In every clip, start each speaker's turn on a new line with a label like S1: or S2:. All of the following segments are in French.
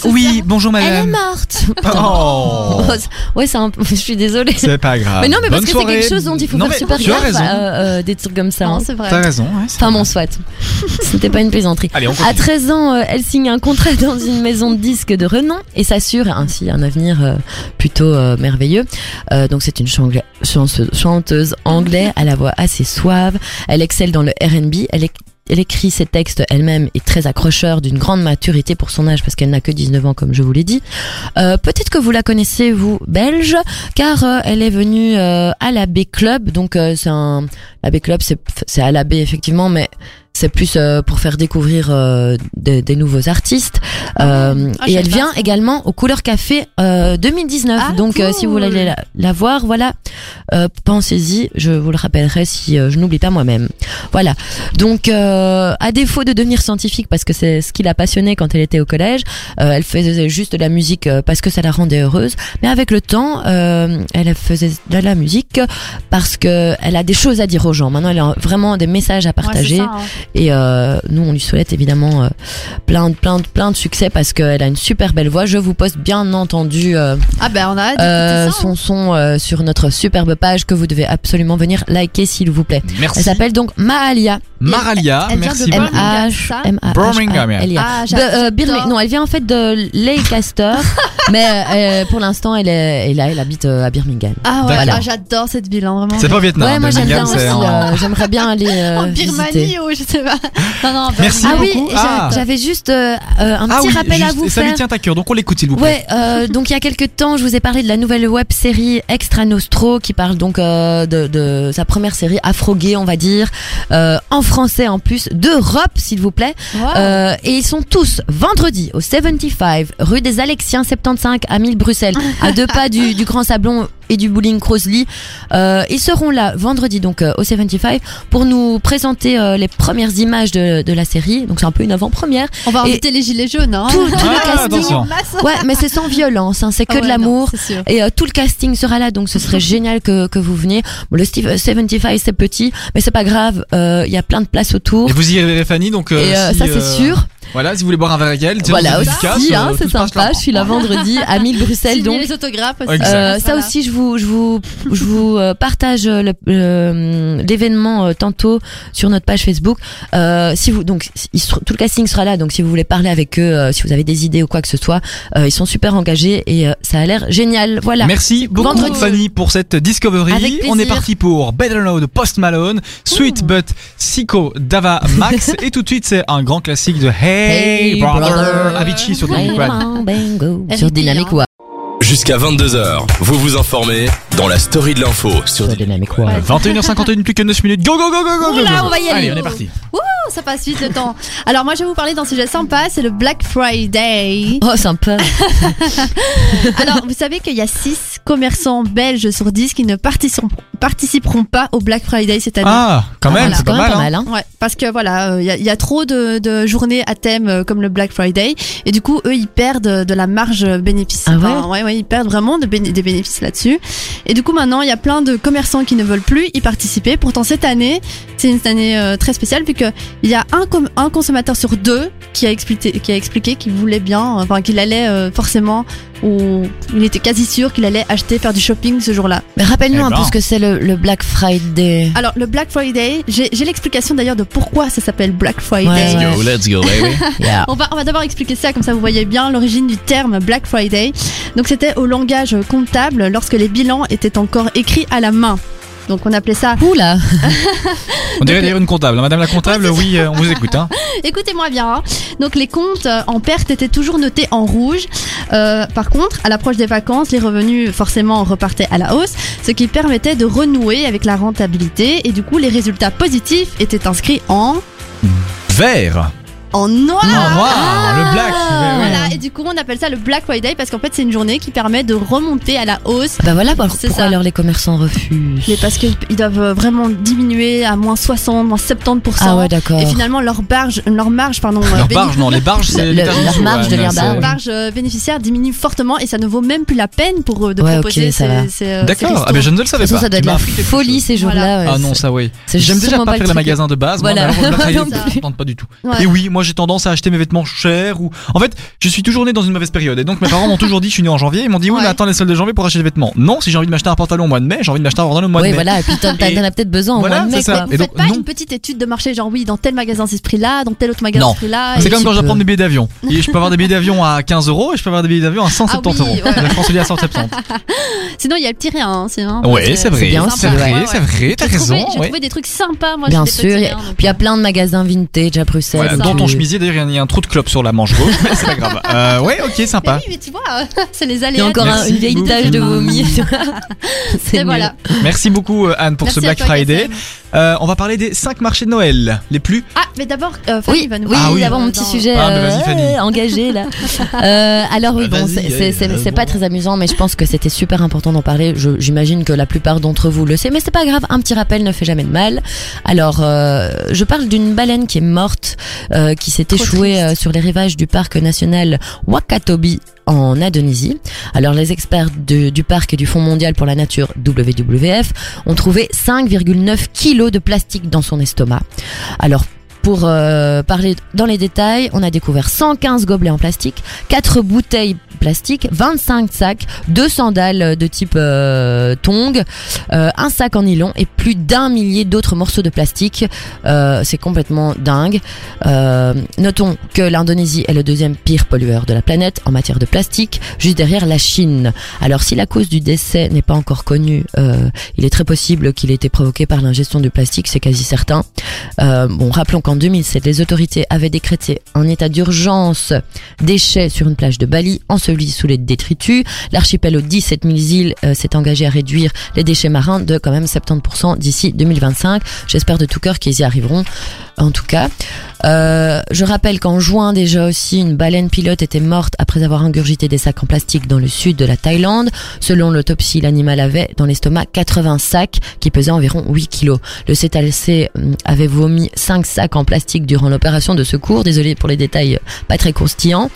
S1: ce
S2: Oui,
S1: soir.
S2: bonjour
S1: Elle est
S2: madame.
S1: morte.
S2: Oh.
S1: ouais, c'est un... je suis désolée.
S2: C'est pas grave.
S1: Mais non, mais parce
S2: Bonne
S1: que
S2: soirée.
S1: c'est quelque chose dont il faut
S2: Non,
S1: faire
S2: mais
S1: super
S2: tu as
S1: gaffe.
S2: raison.
S1: euh, euh, des trucs comme ça. hein.
S3: Non, c'est vrai.
S2: T'as raison. ouais, c'est
S1: Enfin
S2: vrai.
S1: bon, soit. C'était pas une plaisanterie.
S2: Allez, on
S1: À
S2: continue.
S1: 13 ans, euh, elle signe un contrat dans une maison de disques de renom et s'assure ainsi un avenir euh, plutôt euh, merveilleux. Euh, donc c'est une changla- chanceuse- chanteuse anglaise à la voix assez suave. Elle excelle dans le R&B. Elle, éc- elle écrit ses textes elle-même et très accrocheur d'une grande maturité pour son âge parce qu'elle n'a que 19 ans comme je vous l'ai dit. Euh, Peut-être que vous la connaissez vous belge car euh, elle est venue euh, à la B Club donc euh, c'est un la B Club c'est c'est à la B effectivement mais c'est plus euh, pour faire découvrir euh, des, des nouveaux artistes. Euh,
S3: Ah, je
S1: et
S3: sais
S1: elle
S3: pas,
S1: vient
S3: ça.
S1: également au Couleur Café euh, 2019.
S3: Ah,
S1: Donc euh,
S3: cool.
S1: si vous voulez aller la, la voir, voilà, euh, pensez-y. Je vous le rappellerai si euh, je n'oublie pas moi-même. Voilà. Donc euh, à défaut de devenir scientifique parce que c'est ce qui l'a passionnée quand elle était au collège, euh, elle faisait juste de la musique euh, parce que ça la rendait heureuse. Mais avec le temps, euh, elle faisait de la musique parce que elle a des choses à dire aux gens. Maintenant, elle a vraiment des messages à partager.
S3: hein.
S1: Et euh, nous, on lui souhaite évidemment euh, plein, de, plein, de, plein de succès parce qu'elle a une super belle voix. Je vous poste bien entendu euh,
S3: Ah ben on a hâte
S1: euh,
S3: d'écouter ça.
S1: son son euh, sur notre superbe page que vous devez absolument venir liker s'il vous plaît. Elle
S2: Merci.
S1: s'appelle donc Mahalia.
S2: Maralia.
S3: Elle vient de
S2: Merci
S3: Birmingham.
S2: beaucoup.
S1: M-H.
S3: ça
S1: M-A-H-A-L-I-A.
S2: Birmingham, yeah.
S3: Ah,
S1: Be- euh, Birmi-
S3: j'adore.
S1: non, elle vient en fait de Leicester, mais euh, pour l'instant, elle est, et là, elle habite euh, à Birmingham.
S3: Ah ouais,
S2: D'accord.
S3: ah, j'adore cette ville, hein, vraiment.
S2: C'est pas au Vietnam.
S1: ouais, moi j'aime bien
S2: Birmingham,
S1: aussi.
S2: c'est en-
S1: euh, J'aimerais bien aller euh,
S3: En
S1: visiter.
S3: Birmanie ou je sais pas. Non, non, en
S2: Merci
S1: Ah
S3: Birmanie.
S1: oui,
S2: beaucoup.
S1: j'a-
S2: Ah.
S1: j'avais juste euh, euh, un petit
S2: Ah oui,
S1: rappel à
S2: juste-
S1: vous
S2: et ça
S1: faire.
S2: lui tient à cœur, donc on l'écoute s'il vous plaît.
S1: Ouais, euh, donc il y a quelques temps, je vous ai parlé de la nouvelle web série Extra Nostro qui parle donc euh, de, de sa première série afroguée, on va dire, euh, en français en plus, d'Europe s'il vous plaît.
S3: Wow.
S1: Euh, et ils sont tous vendredi au 75 rue des Alexiens 75 à 1000 Bruxelles, à deux pas du, du Grand Sablon et du bowling Crosley. Euh, ils seront là vendredi donc euh, au 75 pour nous présenter euh, les premières images de, de la série. Donc c'est un peu une avant-première.
S3: on va
S1: et-
S3: inviter les gilets jaunes. Hein.
S1: Tout, tout
S2: Ah,
S1: le casting.
S2: attention.
S1: Ouais, mais c'est sans violence, hein, c'est que
S3: Ah ouais,
S1: de
S3: non,
S1: l'amour.
S3: c'est sûr.
S1: Et euh, tout le casting sera là, donc ce serait génial que, que vous veniez. Bon, le Steve 75, c'est petit, mais c'est pas grave, euh, il y a plein de places autour.
S2: Et vous y irez, Fanny, donc. euh,
S1: Et euh,
S2: si,
S1: ça, c'est
S2: euh,
S1: sûr.
S2: Voilà, si vous voulez boire un verre avec elle, dire
S1: Voilà
S2: aux
S1: aussi,
S2: efficaces,
S1: hein,
S2: euh,
S1: c'est
S2: tout se passe
S1: sympa.
S2: là-bas.
S1: Je suis là vendredi à 1000 Bruxelles,
S3: Signer
S1: donc.
S3: les autographes aussi. Ah,
S2: Exact.
S1: Euh, ça
S3: Voilà.
S1: aussi, je vous, je vous, je vous euh, partage euh, le- le- l'événement euh, tantôt sur notre page Facebook. Euh, si vous, donc, si- ils seront- tout le casting sera là. Donc, si vous voulez parler avec eux, euh, si vous avez des idées ou quoi que ce soit, euh, ils sont super engagés et euh, ça a l'air génial. Voilà.
S2: Merci beaucoup
S1: Vendredi.
S2: Fanny pour cette discovery.
S1: Avec plaisir.
S2: On est parti pour Better Now de Post Malone, Sweet But Siko Dava Max et tout de suite c'est un grand classique de Hey,
S1: Hey,
S2: brother.
S1: brother.
S2: Avicii sur Dynamic One.
S1: Bang, bang, go.
S3: Elle
S1: Sur
S3: est bien,
S1: Dynamic
S3: hein.
S1: One.
S4: Jusqu'à 22h, vous vous informez dans la story de l'info sur
S1: Sur
S4: Dynamic
S1: Dynamic One.
S2: 21h51 plus que 9 minutes. Go go go go go. go,
S3: Oula,
S2: go.
S3: on va y aller.
S2: Allez, on est parti.
S3: Oh, ça passe vite le temps. Alors moi je vais vous parler d'un sujet sympa, c'est le Black Friday.
S1: Oh, sympa.
S3: Alors vous savez qu'il y a 6 commerçants belges sur 10 qui ne participeront, participeront pas au Black Friday cette année.
S2: Ah, quand
S1: Ah,
S2: même,
S1: voilà.
S2: c'est pas
S1: quand même
S2: mal.
S1: pas
S2: hein.
S1: mal, hein.
S3: Ouais, parce que voilà, il y, a- y a trop de, de journées à thème euh, comme le Black Friday, et du coup, eux, ils perdent euh, de la marge bénéfice.
S1: Ah ouais
S3: Enfin, ouais, ouais, ils perdent vraiment de béné- des bénéfices là-dessus. Et du coup, maintenant, il y a plein de commerçants qui ne veulent plus y participer. Pourtant, cette année, c'est une année euh, très spéciale, vu que il y a un, com- un consommateur sur deux qui a expliqué qui a expliqué qu'il voulait bien, euh, enfin, qu'il allait euh, forcément, ou il était quasi sûr qu'il allait acheter, faire du shopping ce jour-là.
S1: Mais rappelle-nous
S2: Eh
S1: un
S2: ben.
S1: peu ce que c'est le, le Black Friday.
S3: Alors, le Black Friday, j'ai j'ai l'explication d'ailleurs de pourquoi ça s'appelle Black Friday.
S1: Ouais, ouais.
S4: Yo, let's go, baby.
S1: Yeah.
S3: On va, on va d'abord expliquer ça, comme ça vous voyez bien l'origine du terme Black Friday. Donc c'était au langage comptable lorsque les bilans étaient encore écrits à la main. Donc on appelait ça.
S1: Oula.
S2: On dirait d'ailleurs une comptable. hein. Madame la comptable, oui, euh, on vous écoute. Hein.
S3: Écoutez-moi bien. hein. Donc les comptes euh, en perte étaient toujours notés en rouge. Euh, par contre, à l'approche des vacances, les revenus forcément repartaient à la hausse, ce qui permettait de renouer avec la rentabilité. Et du coup, les résultats positifs étaient inscrits en
S2: Vert.
S3: en noir. Ah
S2: En noir, le black. ouais, ouais.
S3: Voilà, et du coup on appelle ça le Black Friday parce qu'en fait c'est une journée qui permet de remonter à la hausse
S1: Bah voilà pour-
S3: C'est
S1: pourquoi
S3: ça.
S1: alors les commerçants refusent.
S3: Mais parce qu'ils ils doivent vraiment diminuer à moins 60, moins 70%.
S1: Ah ouais, d'accord.
S3: et finalement, leur barge, leur marge, pardon, euh,
S2: Leur
S3: béné-
S2: barge, non, les barges, c'est
S1: Le-
S2: l'étage en
S1: leur
S2: dessous,
S1: marge
S2: ouais,
S1: devient
S2: Ah, c'est-
S1: barge.
S3: barge euh, bénéficiaire diminue fortement et ça ne vaut même plus la peine pour eux de
S1: Ouais,
S3: proposer
S1: ok, ça
S3: ces-
S1: va.
S3: ces, euh, ces
S2: D'accord.
S3: restos.
S2: Ah ben je ne le savais
S1: De toute façon,
S2: pas. Tu
S1: ça doit être
S2: m'as
S1: la
S2: appris quelque
S1: folie
S2: chose.
S1: ces jours-là. ouais,
S2: Ah non,
S1: c'est-
S2: ça oui.
S1: c'est
S2: J'aime déjà
S1: sûrement
S2: pas
S1: le
S2: faire les
S1: truc.
S2: magasins de base. moi,
S1: Voilà.
S2: malheureusement,
S1: Moi
S2: Black Friday,
S1: non
S2: je
S1: plus.
S2: ne tente pas du tout.
S3: Ouais.
S2: Et oui, moi moi j'ai tendance à acheter mes vêtements chers ou en fait je suis toujours né dans une mauvaise période et donc mes parents m'ont toujours dit je suis né en janvier ils m'ont dit oui mais
S3: Ouais.
S2: attends les soldes de janvier pour acheter des vêtements non si j'ai envie de m'acheter un pantalon au mois de mai j'ai envie de m'acheter un pantalon au mois
S1: Oui,
S2: de mai
S1: voilà, et puis t'en
S2: Et-
S1: t'en as peut-être besoin au
S2: Voilà,
S1: mois de
S2: c'est
S1: mai.
S2: ça.
S1: quoi.
S3: Vous
S2: Et
S3: faites
S2: donc,
S3: pas
S2: non.
S3: une petite étude de marché, genre oui, dans tel magasin c'est ce prix-là, dans tel autre magasin
S2: Non.
S3: ce prix-là.
S2: c'est
S3: et-
S2: comme quand
S1: tu
S2: j'apprends
S1: peux.
S2: des billets d'avion. Et je peux avoir des billets d'avion à 15 euros et je peux avoir des billets d'avion à 170
S3: Ah oui,
S2: euros.
S3: ouais.
S2: La France est liée à 170.
S3: Sinon, il y a le petit rien. hein, sinon,
S2: Ouais,
S3: Parce
S2: c'est
S3: que
S2: vrai.
S1: bien
S2: C'est
S1: aussi,
S2: vrai,
S3: ouais,
S2: c'est
S3: ouais.
S2: vrai. T'as
S3: J'ai trouvé-
S2: raison.
S3: J'ai
S2: ouais.
S3: trouvé des trucs sympas, moi.
S1: Bien
S3: j'étais
S1: sûr.
S3: petite,
S1: et-
S3: hein, donc,
S1: Puis il y a plein de magasins vintage à Bruxelles.
S2: Voilà,
S1: où
S2: dans
S1: tu-
S2: ton chemisier, d'ailleurs, il y a un trou de clope sur la manche gauche, mais c'est pas grave. Euh, ouais, ok,
S3: Mais
S2: sympa.
S3: oui, mais tu vois, c'est les
S1: Il y
S3: aléas.
S1: a encore un-
S2: Merci
S1: une vieille
S2: beaucoup.
S1: tache de vomi. tu vois. C'est
S3: Et
S1: nul.
S3: voilà.
S2: Merci beaucoup, euh, Anne, pour ce
S3: Merci à
S2: Black
S3: toi,
S2: Friday.
S3: Gaëtan.
S2: Euh, on va parler des 5 marchés de Noël, les plus.
S3: Ah, mais d'abord, euh, Fanny
S1: Oui,
S3: va nous
S1: oui,
S2: Ah oui.
S1: d'abord mon petit
S3: Dans-
S1: sujet
S2: Ah, mais vas-y,
S1: euh,
S2: Fanny.
S1: engagé là. Euh, alors oui,
S2: Ah,
S1: bon,
S2: vas-y,
S1: c'est-
S2: allez,
S1: c'est c'est-
S2: euh,
S1: c'est
S2: bon.
S1: pas très amusant, mais je pense que c'était super important d'en parler. Je- J'imagine que la plupart d'entre vous le sait, mais c'est pas grave. Un petit rappel ne fait jamais de mal. Alors, euh, je parle d'une baleine qui est morte, euh, qui s'est
S3: Trop
S1: échouée
S3: triste.
S1: euh, sur les rivages du parc national Wakatobi en Indonésie. Alors les experts de- du parc et du Fonds mondial pour la nature WWF ont trouvé 5,9 kilos de plastique dans son estomac. Alors pour euh, parler dans les détails, on a découvert 115 gobelets en plastique, 4 bouteilles plastiques, 25 sacs, 2 sandales de type euh, tong, euh, un sac en nylon et plus d'un millier d'autres morceaux de plastique. Euh, C'est complètement dingue. Euh, notons que l'Indonésie est le deuxième pire pollueur de la planète en matière de plastique, juste derrière la Chine. Alors si la cause du décès n'est pas encore connue, euh, il est très possible qu'il ait été provoqué par l'ingestion du plastique, c'est quasi certain. Euh, bon, rappelons qu'en 2007, les autorités avaient décrété un état d'urgence déchets sur une plage de Bali, ensevelie sous les détritus. L'archipel aux 17 000 îles euh, s'est engagé à réduire les déchets marins de quand même 70% d'ici 2025. J'espère de tout cœur qu'ils y arriveront, en tout cas. Euh, je rappelle qu'en juin déjà aussi, une baleine pilote était morte après avoir ingurgité des sacs en plastique dans le sud de la Thaïlande. Selon l'autopsie, l'animal avait dans l'estomac 80 sacs qui pesaient environ 8 kilos. Le cétacé hum, avait vomi 5 sacs en plastique durant l'opération de secours. Désolé pour les détails euh, pas très constillants.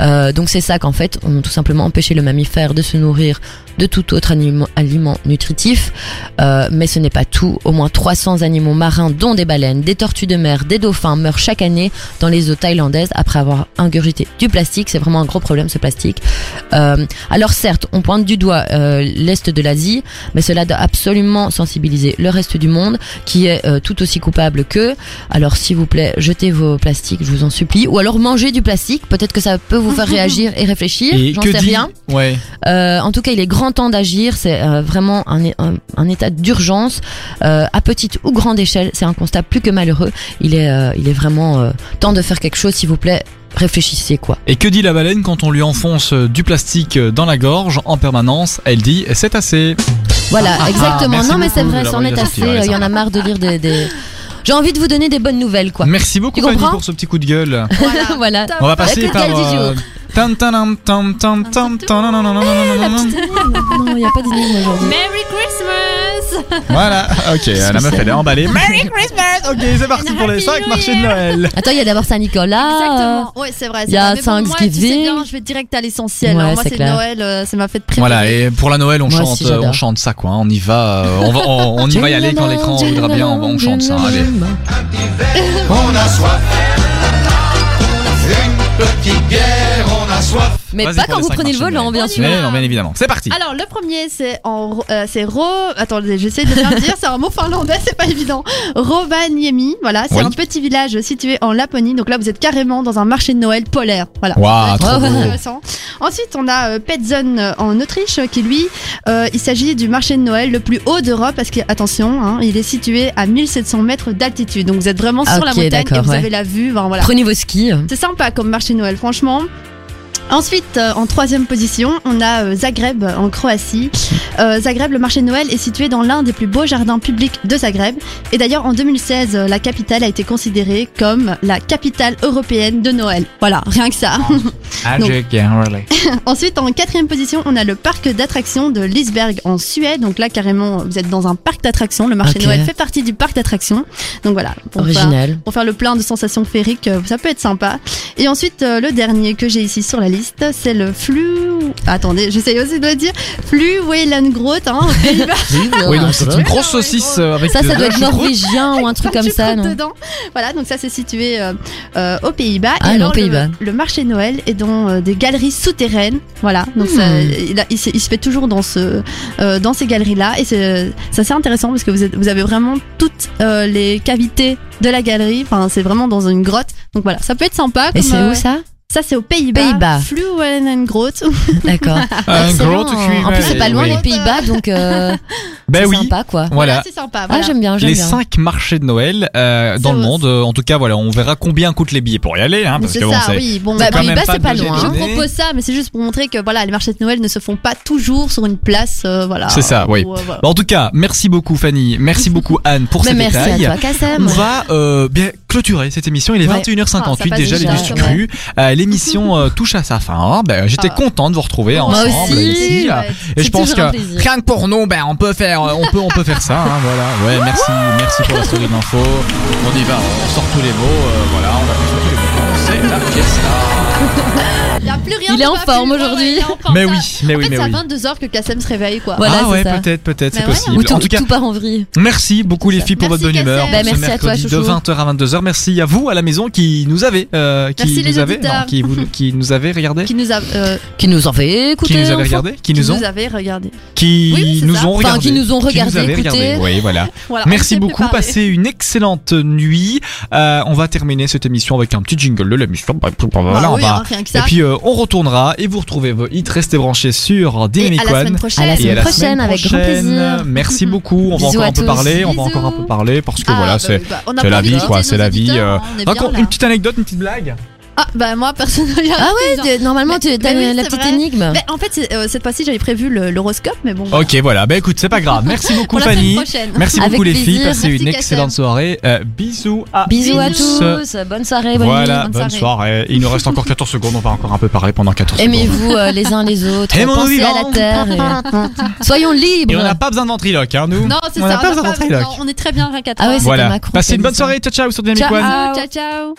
S1: Euh, donc ces sacs, en fait, ont tout simplement empêché le mammifère de se nourrir de tout autre aliment, aliment nutritif. Euh, mais ce n'est pas tout. Au moins 300 animaux marins, dont des baleines, des tortues de mer, des dauphins, meurent chaque année dans les eaux thaïlandaises après avoir ingurgité du plastique. C'est vraiment un gros problème ce plastique. Euh, alors certes, on pointe du doigt euh, l'est de l'Asie, mais cela doit absolument sensibiliser le reste du monde, qui est euh, tout aussi coupable qu'eux. Alors s'il vous plaît, jetez vos plastiques, je vous en supplie, ou alors mangez du plastique. Peut-être que ça peut vous faire réagir et réfléchir.
S2: Et
S1: J'en
S2: que
S1: sais
S2: dit-
S1: rien.
S2: Ouais.
S1: Euh, en tout cas, il est grand temps d'agir. C'est euh, vraiment un, un- un état d'urgence euh, à petite ou grande échelle. C'est un constat plus que malheureux. Il est, euh, il est vraiment euh, temps de faire quelque chose, s'il vous plaît. Réfléchissez quoi.
S2: Et que dit la baleine quand on lui enfonce euh, du plastique euh, dans la gorge en permanence Elle dit c'est assez.
S1: Voilà,
S2: Ah,
S1: exactement.
S2: merci
S1: non, mais
S2: beaucoup
S1: c'est
S2: de
S1: vrai,
S2: l'avoir
S1: c'en est
S2: identifié,
S1: assez.
S2: ouais,
S1: Euh, Il y
S2: ça
S1: en a marre de lire des. des- J'ai envie de vous donner des bonnes nouvelles quoi.
S2: Merci beaucoup,
S1: Tu
S2: Fanny,
S1: comprends Ah, bah,
S2: pour ce petit coup de gueule.
S1: Voilà.
S2: On va passer
S1: Le coup de
S2: par.
S1: gueule du
S2: euh,
S1: jour.
S2: tam, tam, tam, tam, tam, tam, tam, tam, tam, tam, tam, tam.
S1: Non, il n'y a pas d'énigme aujourd'hui.
S3: Merry Christmas
S2: Voilà, ok, la meuf elle est emballée. Merry Christmas Ok, c'est parti
S3: And
S2: pour les
S3: Happy
S2: 5
S3: New
S2: marchés de Noël.
S1: Attends, il y a d'abord Saint-Nicolas. euh,
S3: Exactement, ouais, c'est vrai. c'est
S1: Ah. y a
S3: vrai. Mais bon, moi, tu sais
S1: Thanksgiving.
S3: bien, je vais direct à l'essentiel.
S1: Ouais,
S3: hein. Moi,
S1: c'est
S3: c'est
S1: clair.
S3: Noël, euh, c'est ma fête préférée.
S2: Voilà, et pour la Noël, on
S1: Moi
S2: chante,
S1: aussi,
S2: euh,
S1: j'adore.
S2: on chante ça quoi. hein. On y va, euh, on, va on, on y va y aller quand l'écran voudra bien. On, va- on chante ça. Allez.
S5: On a soif. Une petite bière, on a soif.
S1: Mais
S2: Vas-y
S1: pas
S2: pour
S1: quand
S2: les
S1: vous
S2: cinq
S1: prenez le
S2: marchés de
S1: volant,
S2: Noël.
S1: bien sûr.
S2: Mais Eh non, bien évidemment. C'est parti.
S3: Alors, le premier, c'est en, ro- euh, c'est Ro. Attendez, j'essaie de bien le dire, c'est un mot finlandais, c'est pas évident. Rovaniemi, voilà, c'est
S2: Oui.
S3: un petit village situé en Laponie. Donc là, vous êtes carrément dans un marché de Noël polaire. Voilà.
S2: Waouh,
S1: Ouais,
S2: trop
S1: ouais.
S2: beau.
S3: Intéressant. Ensuite, on a euh, Petzen euh, en Autriche euh, qui, lui, euh, il s'agit du marché de Noël le plus haut d'Europe parce que, attention, hein, il est situé à 1700 mètres d'altitude. Donc vous êtes vraiment sur
S1: Ok,
S3: la montagne et
S1: d'accord,
S3: vous
S1: ouais.
S3: avez la vue. Enfin, voilà.
S1: Prenez vos skis. hein.
S3: C'est sympa comme marché de Noël, franchement. Ensuite, euh, en troisième position, on a euh, Zagreb en Croatie. Euh, Zagreb, le marché de Noël est situé dans l'un des plus beaux jardins publics de Zagreb. Et d'ailleurs, en 2016, euh, la capitale a été considérée comme la capitale européenne de Noël. Voilà, rien que ça.
S1: Ah.
S3: Ensuite, en quatrième position, on a le parc d'attractions de Lisberg en Suède. Donc là, carrément, vous êtes dans un parc d'attractions. Le marché
S1: Ok.
S3: de Noël fait partie du parc d'attractions. Donc voilà, pour faire,
S1: Original.
S3: pour faire le plein de sensations féeriques, euh, ça peut être sympa. Et ensuite, euh, le dernier que j'ai ici sur la liste, c'est le flux Attendez, j'essaye aussi de le dire. Fluwelengroet, hein, aux Pays-Bas.
S2: Oui, donc c'est une grosse
S3: Ah ouais,
S2: saucisse
S3: gros.
S2: euh, avec
S1: Ça,
S2: de
S1: ça doit
S2: la
S1: être
S2: choucroute.
S1: norvégien ou un truc comme
S3: Tu
S1: ça,
S3: crottes
S1: non
S3: dedans. Voilà, donc ça c'est situé euh, euh, aux Pays-Bas.
S1: Ah,
S3: Et
S1: non,
S3: alors,
S1: aux Pays-Bas.
S3: Le, le marché de Noël est dans euh, des galeries souterraines. Voilà, donc
S1: Hmm.
S3: ça, il, a- il se, il se fait toujours dans ce euh, dans ces galeries là et c'est euh, ça c'est intéressant parce que vous êtes, vous avez vraiment toutes euh, les cavités de la galerie. Enfin, c'est vraiment dans une grotte. Donc voilà, ça peut être sympa.
S1: Et
S3: comme,
S1: c'est
S3: euh,
S1: où ça
S3: Ça c'est aux Pays-Bas.
S1: Pays-Bas.
S3: Fluwelengroet.
S1: D'accord.
S2: Un
S1: Excellent.
S2: gros cuivre.
S1: En plus, c'est pas Ah, loin
S2: Oui.
S1: des Pays-Bas, donc euh,
S2: Ben
S1: c'est
S2: oui.
S1: sympa, quoi.
S2: Voilà.
S3: c'est sympa.
S1: Ah,
S3: voilà.
S1: j'aime bien, j'aime
S2: Les
S1: bien.
S2: cinq marchés de Noël euh, dans
S3: C'est
S2: le
S3: vrai.
S2: monde. Euh, En tout cas, voilà, on verra combien coûtent les billets pour y aller, hein,
S3: Mais
S2: parce
S3: C'est
S2: que bon,
S3: ça,
S2: c'est
S3: oui. Bon,
S1: Bah,
S2: quand même
S1: Pays-Bas,
S2: pas
S1: c'est pas
S2: deux
S1: loin,
S3: Je
S1: hein.
S2: déjeuners.
S3: propose ça, mais c'est juste pour montrer que voilà, les marchés de Noël ne se font pas toujours sur une place. euh, voilà.
S2: C'est ça, oui.
S3: Ou, euh, voilà.
S2: Bon, en tout cas, merci beaucoup Fanny, merci beaucoup Anne pour
S1: Mais
S2: ces
S1: merci
S2: détails.
S1: à toi,
S2: On
S1: Kassem.
S2: va euh, bien clôturer cette émission. Il est
S1: Ouais.
S2: 21h58
S3: Ah, ça passe
S2: déjà, les
S1: déjà,
S2: Vieux du
S1: ouais.
S2: Cru. Euh, L'émission euh, touche à sa fin. Ben, J'étais
S3: Ah.
S2: content de vous retrouver
S1: Moi
S2: ensemble
S1: aussi.
S2: ici.
S3: Ouais.
S2: Et
S1: C'est
S2: je pense
S1: toujours
S2: que
S1: un plaisir.
S2: rien que pour nous, ben, on peut faire, euh, on peut, on peut faire ça. hein, voilà. Ouais, merci, merci pour la story de l'info. On y va, on sort tous les mots. euh, voilà, on va faire tous les mots. C'est la fiesta.
S3: Il y a plus rien
S1: Il
S3: de
S1: est en
S3: pas
S1: forme
S3: plus, ouais,
S1: aujourd'hui.
S3: ouais, il est en forme.
S2: Mais
S3: Ça-
S2: oui, mais
S3: En
S2: oui,
S3: fait,
S2: mais
S3: c'est à
S2: oui.
S3: 22h que Kassem se réveille, quoi.
S1: Voilà,
S2: ah
S1: c'est
S2: ouais,
S1: ça.
S2: peut-être, peut-être, c'est
S3: Mais ouais,
S2: possible.
S1: Ou tout,
S2: en tout cas,
S1: tout part en vrille.
S2: merci beaucoup les filles pour
S3: Merci,
S2: votre bonne humeur.
S3: Cassel.
S2: pour
S1: Bah,
S2: ce
S1: merci à toi,
S2: mercredi de
S1: chouchou.
S2: 20h à 22h. Merci à vous à la maison qui nous avez, euh, qui
S3: Merci, les
S2: nous avez,
S3: auditeurs.
S2: non, qui vous, qui nous avez regardé,
S3: Qui nous a, euh,
S1: Qui nous en fait écouter.
S2: qui nous avez
S1: enfin.
S2: regardé, qui nous ont,
S3: avait regardé.
S2: qui
S3: Oui, c'est
S2: nous
S3: ça.
S2: ont
S1: Enfin,
S2: regardé,
S1: qui nous ont regardé,
S2: avez regardé.
S1: écouté.
S2: Oui, voilà.
S3: Voilà,
S2: Merci
S3: Ah, on s'est
S2: beaucoup,
S3: préparé.
S2: passez une excellente nuit. Euh, on va terminer cette émission avec un petit jingle de l'émission. Bah,
S3: Bah
S2: Voilà, on
S3: oui,
S2: va-
S3: hein, rien que
S2: Et
S3: ça.
S2: puis euh, on retournera et vous retrouvez vos hits. Restez branchés sur
S3: Et
S2: Dynamic
S3: à la
S2: One.
S3: semaine
S1: À la
S3: prochaine.
S2: Et à la
S1: prochaine,
S2: semaine
S1: avec grand
S2: prochaine.
S1: plaisir.
S2: Merci beaucoup. On va
S1: Bisous
S2: encore
S1: à
S2: un peu
S1: tous.
S2: parler, on va
S3: Bisous.
S2: encore un peu parler parce que
S3: Ah,
S2: voilà,
S3: bah,
S2: c'est.
S3: oui, bah, on a
S2: c'est la
S3: envie
S2: vie,
S3: de
S2: quoi,
S3: visiter
S2: c'est
S3: nos
S2: la vie,
S3: auditeurs,
S2: euh,
S3: hein, on est
S2: Encore
S3: bien,
S2: une
S3: là.
S2: petite anecdote, une petite blague.
S3: Ah, bah moi, personne.
S1: Ah ouais, t'es- bah normalement, tu
S3: Mais-
S1: t'as
S3: mais oui,
S1: la
S3: c'est
S1: petite
S3: vrai.
S1: énigme.
S3: Mais en fait, c'est- euh, cette fois-ci, j'avais prévu le- l'horoscope, mais bon. voilà.
S2: Ok, voilà. Bah écoute, c'est pas grave. Merci beaucoup,
S3: Pour la semaine
S2: Fanny.
S3: prochaine.
S2: Merci
S1: Avec
S2: beaucoup, les
S1: plaisir.
S2: filles. Passez
S3: Merci,
S2: une
S3: Kassem.
S2: excellente soirée. Euh, bisous à
S1: Bah, Bisous à
S2: tous.
S1: tous, euh, bonne soirée, bonne
S2: Voilà,
S1: nuit.
S2: bonne soirée. Il nous reste encore 14 secondes. On va encore un peu parler pendant 14 secondes.
S1: Aimez-vous euh, les uns les autres,
S2: Aimons-nous
S1: pensez à
S2: vivants.
S1: la terre. et- Soyons libres.
S2: Et on n'a pas besoin de ventriloque, hein, nous.
S3: Non, c'est
S2: On
S3: ça.
S2: n'a pas besoin de
S3: non,
S2: ventriloque.
S3: on est très bien, rien qu'à
S1: Ah ouais,
S3: trois.
S1: c'est-
S2: Voilà.
S1: Macron
S2: Passez
S1: qui a
S2: une
S1: dit
S2: bonne
S1: ça.
S2: soirée. Ciao, ciao sur Dynamic
S1: Ciao.
S2: One.
S3: Ciao, ciao.